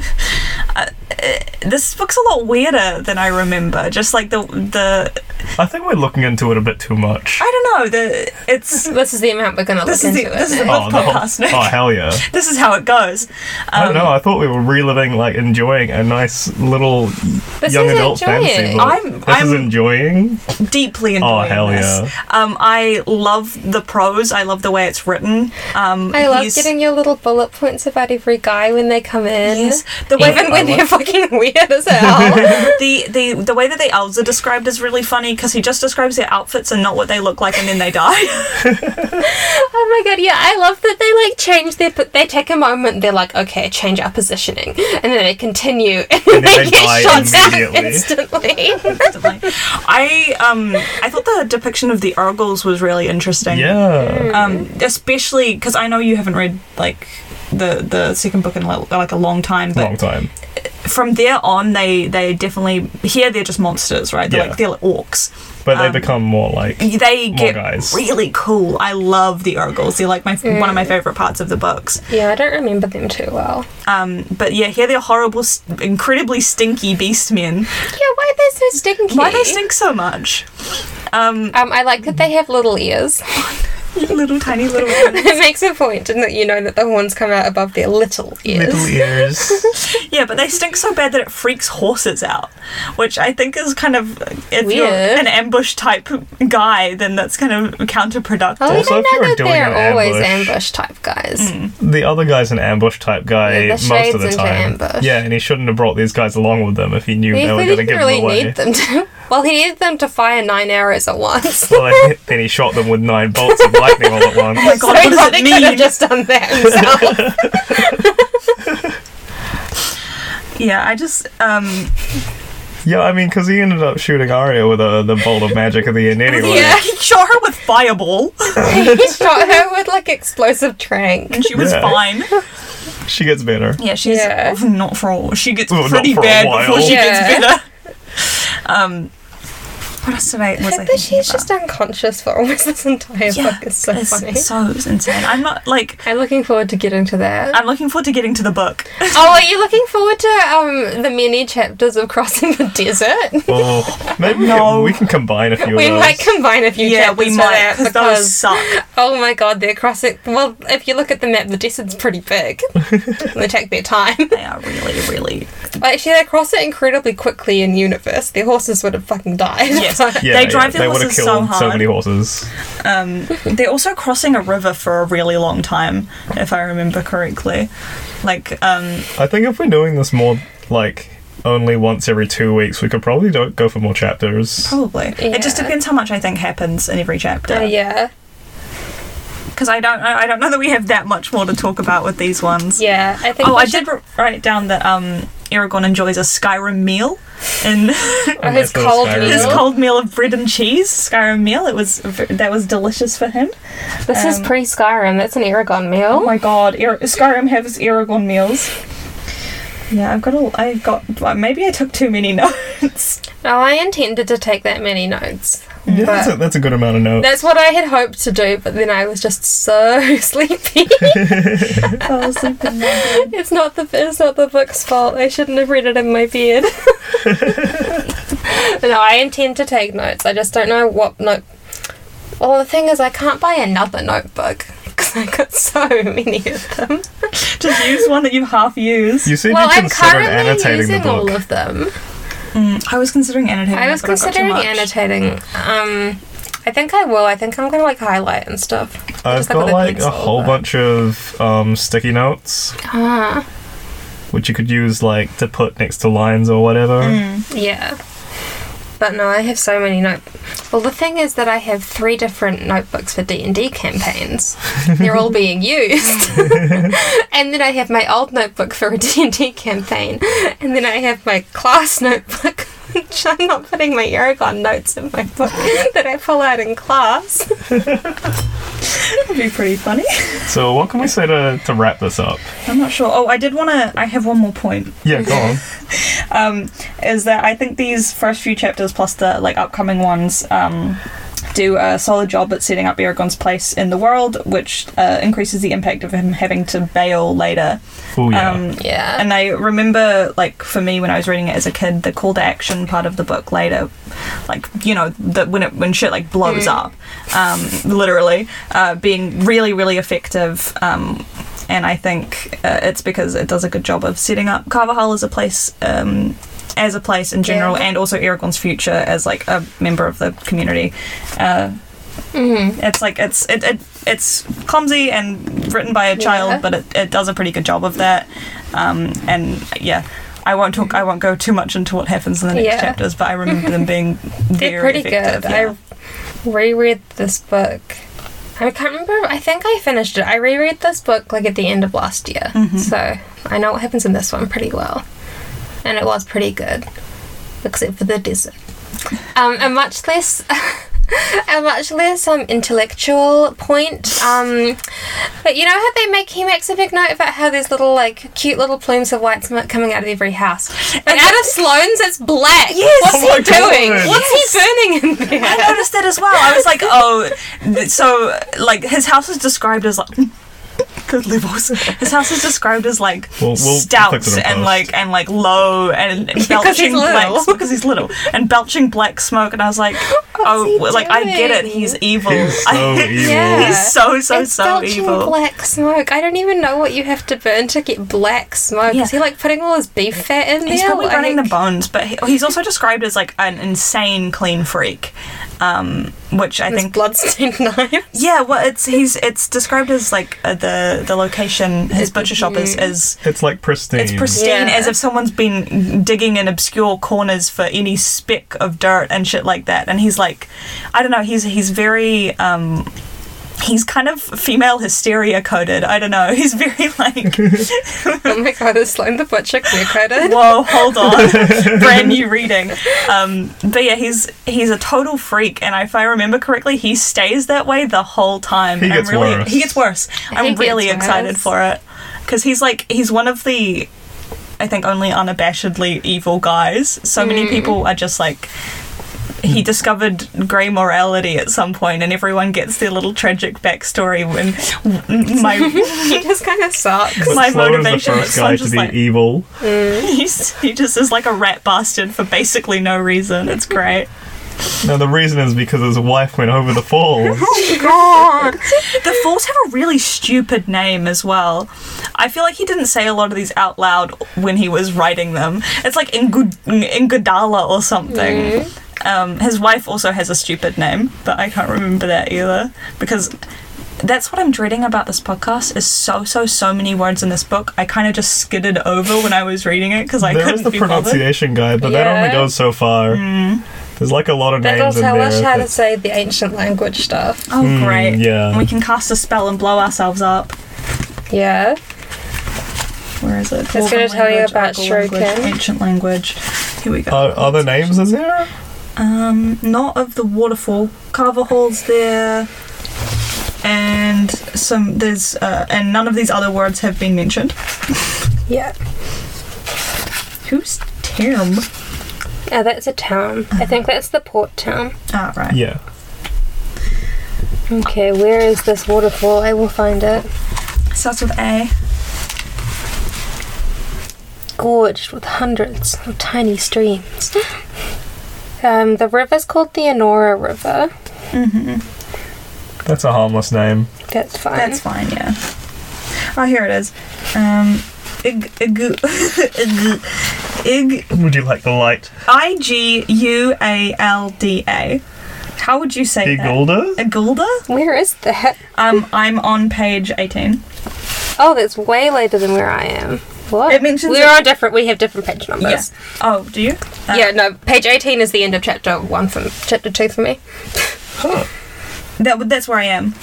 I- uh, This book's a lot weirder than I remember. Just like the the I think we're looking into it a bit too much. I don't know the it's this is the amount we're going to look um, this is into the, this is the it. Oh, book no. podcast. Nick. oh hell yeah! This is how it goes. Um, I don't Um, know. I thought we were reliving, like enjoying a nice little This young is adult fantasy enjoying. book. I'm- this is I'm- enjoying. deeply enjoying Oh, hell this. yeah. Um, I love the prose. I love the way it's written. Um, I love he's- getting your little bullet points about every guy when they come in. Yes. The way Even I when love- they're fucking weird as hell. the, the the way that the elves are described is really funny because he just describes their outfits and not what they look like, and then they die. oh my god, yeah, I love that they like change their. But they take a moment. They're like, okay, change our positioning, and then they continue, and, then they, they die get shot down immediately. instantly. I um I thought the depiction of the Urgles was really interesting. Yeah. Um, especially because I know you haven't read like the the second book in like, like a long time, but Long time. from there on they they definitely here they're just monsters, right? They're Yeah. like they're like orcs. But they become more like. they More get guys. really cool. I love the Urgles. They're like my one of my favorite parts of the books. yeah, I don't remember them too well. Um, but yeah, here they're horrible, st- incredibly stinky beast men. Yeah, why are they so stinky? Why they stink so much? Um, Um, I like that they have little ears. little tiny little. it makes a point in that you know that the horns come out above their little ears. Little ears. Yeah, but they stink so bad that it freaks horses out, which I think is kind of if you're Weird. an ambush type guy, then that's kind of counterproductive. I Also, Oh, don't if you know were that doing they're an always ambush- Hmm. ambush type guys. the other guy's an ambush type guy Yeah, the most of shades the into time. ambush. Yeah, and he shouldn't have brought these guys along with them if he knew He they were really going to didn't give really them away. need them to. Well, he needed them to fire nine arrows at once. well, then- then he shot them with nine bolts of lightning all at once. my god, so what he does probably it could have mean? just done that himself. yeah, I just um, Yeah, I mean, because he ended up shooting Arya with a, the bolt of magic at the end anyway. Yeah. he shot her with fireball, he shot her with like explosive trank. and she was Yeah. fine. She gets better. Yeah, she's Yeah. oh, not for all. She gets Well, not pretty for a bad while. before she Yeah. gets better. Um, what else did I? Was I But thinking she's about? just unconscious for almost this entire yeah, book. It's so it's funny. so insane. I'm not like I'm looking forward to getting to that. I'm looking forward to getting to the book. oh, are you looking forward to um the many chapters of crossing the desert? Oh, maybe we No. can- we can combine a few We of those. might combine a few yeah, chapters we for might that because those suck. oh my god, they're crossing. Well, if you look at the map, the desert's pretty big. they take their time. They are really, really. Actually, they cross it incredibly quickly in universe. Their horses would have fucking died. Yes. yeah, they drive yeah, their they would have horses killed so hard. many horses. Um, they're also crossing a river for a really long time, if I remember correctly. Like, um, I think if we're doing this more like only once every two weeks, we could probably do- go for more chapters. probably. It just Yeah. depends how much I think happens in every chapter. Uh, yeah. Because I don't, I I don't know that we have that much more to talk about with these ones. Yeah. I think. Oh, we I should- did r- write down that um, Aragorn enjoys a Skyrim meal and Oh, his Unless they're cold Skyrim. meal. his Really? cold meal of bread and cheese. Skyrim meal. It was v- that was delicious for him. Oh This is um, pre Skyrim. That's an Aragon meal. Oh my god, Ar- Skyrim has Aragorn meals. Yeah, I've got a. I've got. well, Maybe I took too many notes. Now, Oh, I intended to take that many notes. Yeah, but- that's a, that's a good amount of notes. That's what I had hoped to do, but then I was just so sleepy. Oh, I was sleeping. it's not the it's not the book's fault. I shouldn't have read it in my bed. no, I intend to take notes. I just don't know what note. Well, the thing is, I can't buy another notebook because I got so many of them. Just use one that you've half used. You said well, you I'm considered currently annotating the using all book. of them. Mm, I was considering annotating. I was but got too considering much. Mm. annotating. Um, I think I will. I think I'm gonna like highlight and stuff. I've Just like with got a like a pencil, whole but- bunch of um, sticky notes, Ah, which you could use like to put next to lines or whatever. Mm. yeah. But no, I have so many note. Well, the thing is that I have three different notebooks for D and D campaigns. They're all being used, and then I have my old notebook for a D and D campaign, and then I have my class notebook, which I'm not putting my Aragon notes in my book that I pull out in class. That'd Mm. be pretty funny. So what can we say to, to wrap this up? I'm not sure. Oh, I did want to. I have one more point. Yeah, go on. um, is that I think these first few chapters plus the like upcoming ones um, do a solid job at setting up Aragon's place in the world, which uh, increases the impact of him having to bail later. Oh yeah. Um, Yeah. and I remember, like for me, when I was reading it as a kid, the call to action part of the book later, like you know, that when it when shit like blows Mm. up, um, literally, uh, being really really effective. Um, and I think uh, it's because it does a good job of setting up Carvajal as a place. Um, as a place in general, Yeah. and also Aragorn's future as like a member of the community, uh, Mm. it's like it's it, it it's clumsy and written by a child Yeah. but it, it does a pretty good job of that um, and yeah I won't talk I won't go too much into what happens in the next Yeah. chapters but I remember them being very They're pretty effective, good. yeah. I reread this book. I can't remember. I think I finished it. I reread this book like at the end of last year, Mm-hmm. so I know what happens in this one pretty well, and it was pretty good, except for the desert. Um, a much less, a much less um, intellectual point. Um, but you know how they make he makes a big note about how there's little like cute little plumes of white smoke coming out of every house, and out of Sloane's it's black. Yes. What's Oh my he doing? God. What's he burning in there? I noticed that as well I was like oh th- so like his house is described as like good levels his house is described as like We'll- we'll fix stout it in and post. like and like low and, and belching he's black little. because he's little and belching black smoke and I was like oh he well, like I get it doing? he's evil He's so I- evil. Yeah. He's so so it's so belching evil. black smoke. I don't even know what you have to burn to get black smoke. Yeah. Is he like putting all his beef fat in there? He's probably like, running the bones, but he, he's also described as like an insane clean freak, um, which I his think. bloodstained knife. Yeah, well, it's he's it's described as like uh, the the location his butcher shop is is it's like pristine. it's pristine Yeah. as if someone's been digging in obscure corners for any speck of dirt and shit like that. And he's like, I don't know, he's he's very. Um, He's kind of female hysteria coded. I don't know. He's very like, oh my god, is Sloan the butcher clear coded? Whoa, hold on. Brand new reading. Um, but yeah, he's he's a total freak, and if I remember correctly, he stays that way the whole time. He I'm gets really, worse. He gets worse. I'm gets really excited worse. for it because he's like he's one of the, I think only unabashedly evil guys. So Hmm. many people are just like. He Hmm. discovered grey morality at some point, and everyone gets their little tragic backstory. When my he just kind of sucks. But my Sloan is motivation the is first so guy to just be like- evil. He's, he just is like a rat bastard for basically no reason. It's great. Now the reason is because his wife went over the falls. Oh God. The Falls have a really stupid name as well. I feel like he didn't say a lot of these out loud when he was writing them. It's like Ingud- Ingudala or something. Um, his wife also has a stupid name, but I can't remember that either because. That's what I'm dreading about this podcast is so so so many words in this book. I kind of just skidded over when I was reading it because I there couldn't is the be bothered. Hmm. pronunciation guide, but that only Yeah. goes so far. There's like a lot of That'll names in tell there. us how to that- say the ancient language stuff. Oh great! Hmm, yeah. we can cast a spell and blow ourselves up. Yeah. Where is it? It's gonna Dwarven tell you language, about Argo language, shuriken. Ancient language. Here we go. Are, are there uh, names in there? Um, not of the waterfall. Carver Hall's there. And some there's uh, and none of these other words have been mentioned. Yeah. Who's Tim? Yeah, Oh, that's a town. I think that's the port town. Ah, right. Yeah. Okay, where is this waterfall? I will find it. Starts with A. Gorged with hundreds of tiny streams. Um, the river's called the Enora River. Mm-hmm. That's a harmless name. That's fine. That's fine, yeah. Oh, here it is. Um, ig, ig, ig, ig, Would you like the light? I G U A L D A. How would you say Igulda? that? Igulda? where is that? Um, I'm on page 18. Oh, that's way later than where I am. What? It mentions we it- are different. We have different page numbers. Yes. Oh, do you? Uh, yeah, no. Page eighteen is the end of chapter one from chapter two for me. That, that's where I am.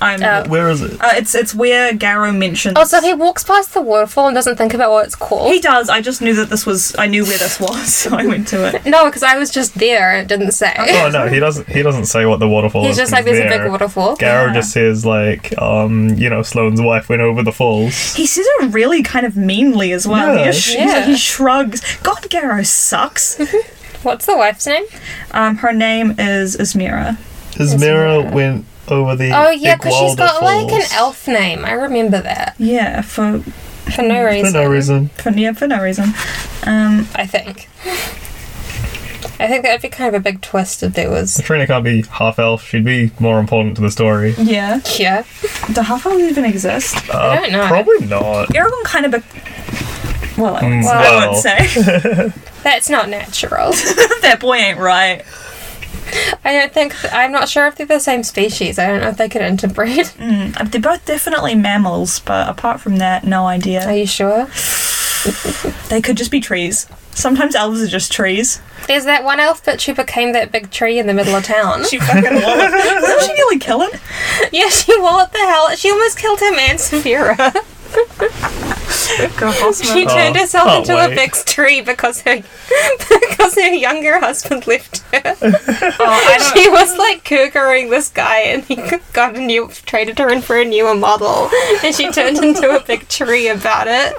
I'm. Oh. Uh, Where is it? it's it's where Garrow mentions. Oh, so he walks past the waterfall and doesn't think about what it's called. He does. I just knew that this was. I knew where this was, so I went to it. no, because I was just there and it didn't say. Oh no, he doesn't. He doesn't say what the waterfall He's is. just 'cause like, there's a there. big waterfall. Garrow Yeah. just says like, um, you know, Sloane's wife went over the falls. He says it really kind of meanly as well. He, Yeah. just sh- Yeah. he shrugs. God, Garrow sucks. What's the wife's name? um, her name is Ismira. His mirror went over the. Oh yeah, because she's Igwalda got like an falls. elf name. I remember that Yeah, for for no For reason. no reason. for, yeah, for no reason. Um, I think. I think that'd be kind of a big twist if there was. Trina can't be half elf. She'd be more important to the story. yeah. Yeah, Do half elves even exist? Uh, I don't know. Probably not. Aragorn kind of. Be- well, I won't, Mm, say- I well. won't say. that's not natural. that boy ain't right. I don't think I'm not sure if they're the same species. I don't know if they could interbreed. Mm, uh, they're both definitely mammals, but apart from that, no idea. Are you sure? They could just be trees. Sometimes elves are just trees. There's that one elf bitch who became that big tree in the middle of town. She fucking walloped. Didn't she nearly kill him? yeah, she walloped the hell. She almost killed him and Severa. Girl, She Oh, turned herself can't into a wait. big tree because her because her younger husband left her. she was like cougering this guy, and he got a new traded her in for a newer model, and she turned into a big tree about it.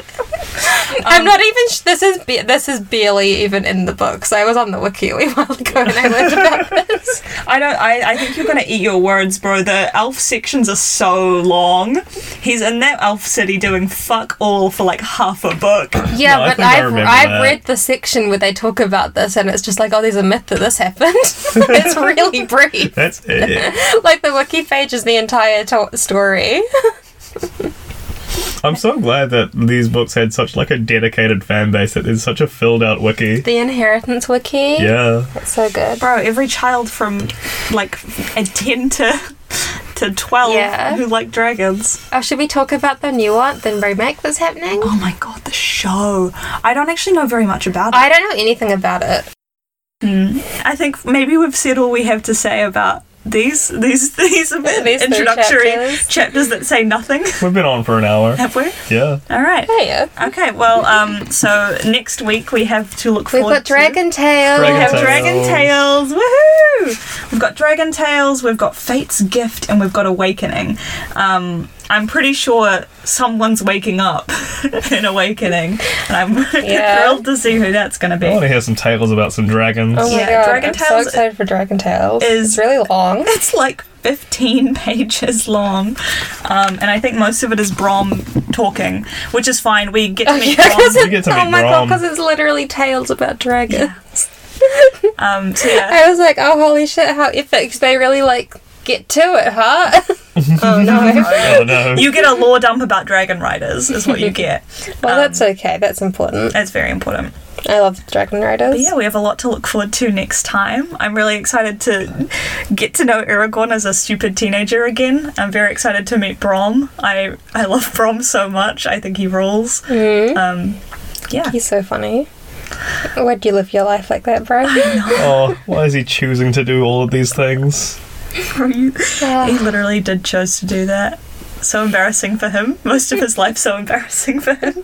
I'm not even. Sh- this is ba- this is barely even in the books. I was on the wiki a wee while ago, and I learned about this. I don't. I, I think you're gonna eat your words, bro. The elf sections are so long. He's in that elf city doing fuck all for like half a book. Yeah, No, I but think I I've, remember I've that. read the section where they talk about this, and it's just like, oh, there's a myth that this happened. it's really brief. That's it. like the wiki page is the entire to- story. I'm so glad that these books had such like a dedicated fan base. That there's such a filled out wiki. The inheritance wiki. Yeah. It's so good. Bro, every child from like a ten to to twelve Yeah. who like dragons. Oh, should we talk about the new one, the remake that's happening? Oh my god, the show. I don't actually know very much about it. I don't know anything about it. I think maybe we've said all we have to say about these these These these, three introductory chapters. chapters. that say nothing. We've been on for an hour. Have we? Yeah. All right. Oh, yeah. Okay. Well, um, so next week we have to look We've forward. got Dragon To. Tail. We have Tails. Dragon Tales. Woohoo! We've got Dragon Tales. We've got Fate's Gift, and we've got Awakening. Um, I'm pretty sure someone's waking up in Awakening, and I'm Yeah. thrilled to see who that's going to be. I want to hear some tales about some dragons. Oh my Yeah, god, Dragon I'm so Tales excited for Dragon Tales. is- it's really long. it's like 15 pages long um, and i think most of it is brom talking which is fine we get to meet Yeah, 'cause You it- get to oh meet my god, Grom. because it's literally tales about dragons. brom um, so yeah I was like, oh holy shit, how epic. They really like get to it, huh? oh no. Oh no. you get a lore dump about dragon riders is what you get Well, that's okay. That's important. that's very important I love Dragon Riders. but yeah we have a lot to look forward to next time i'm really excited to get to know aragorn as a stupid teenager again i'm very excited to meet brom i, I love brom so much i think he rules Mm-hmm. um, yeah He's so funny. Why do you live your life like that, bro? oh, why is he choosing to do all of these things? He literally did chose to do that. So embarrassing for him. Most of his life, so embarrassing for him.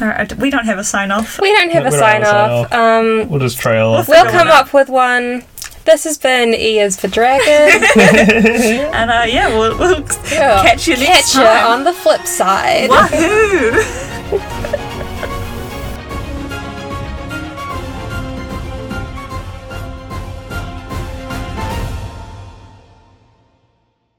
All right, we don't have a sign off. we don't have No, a we don't have sign a sign off. Um, We'll just trail off. we'll No, come no. up with one. This has been E is for Dragon. And uh, yeah, we'll, we'll Yeah. catch you next Catch ya time. on the flip side. Wahoo!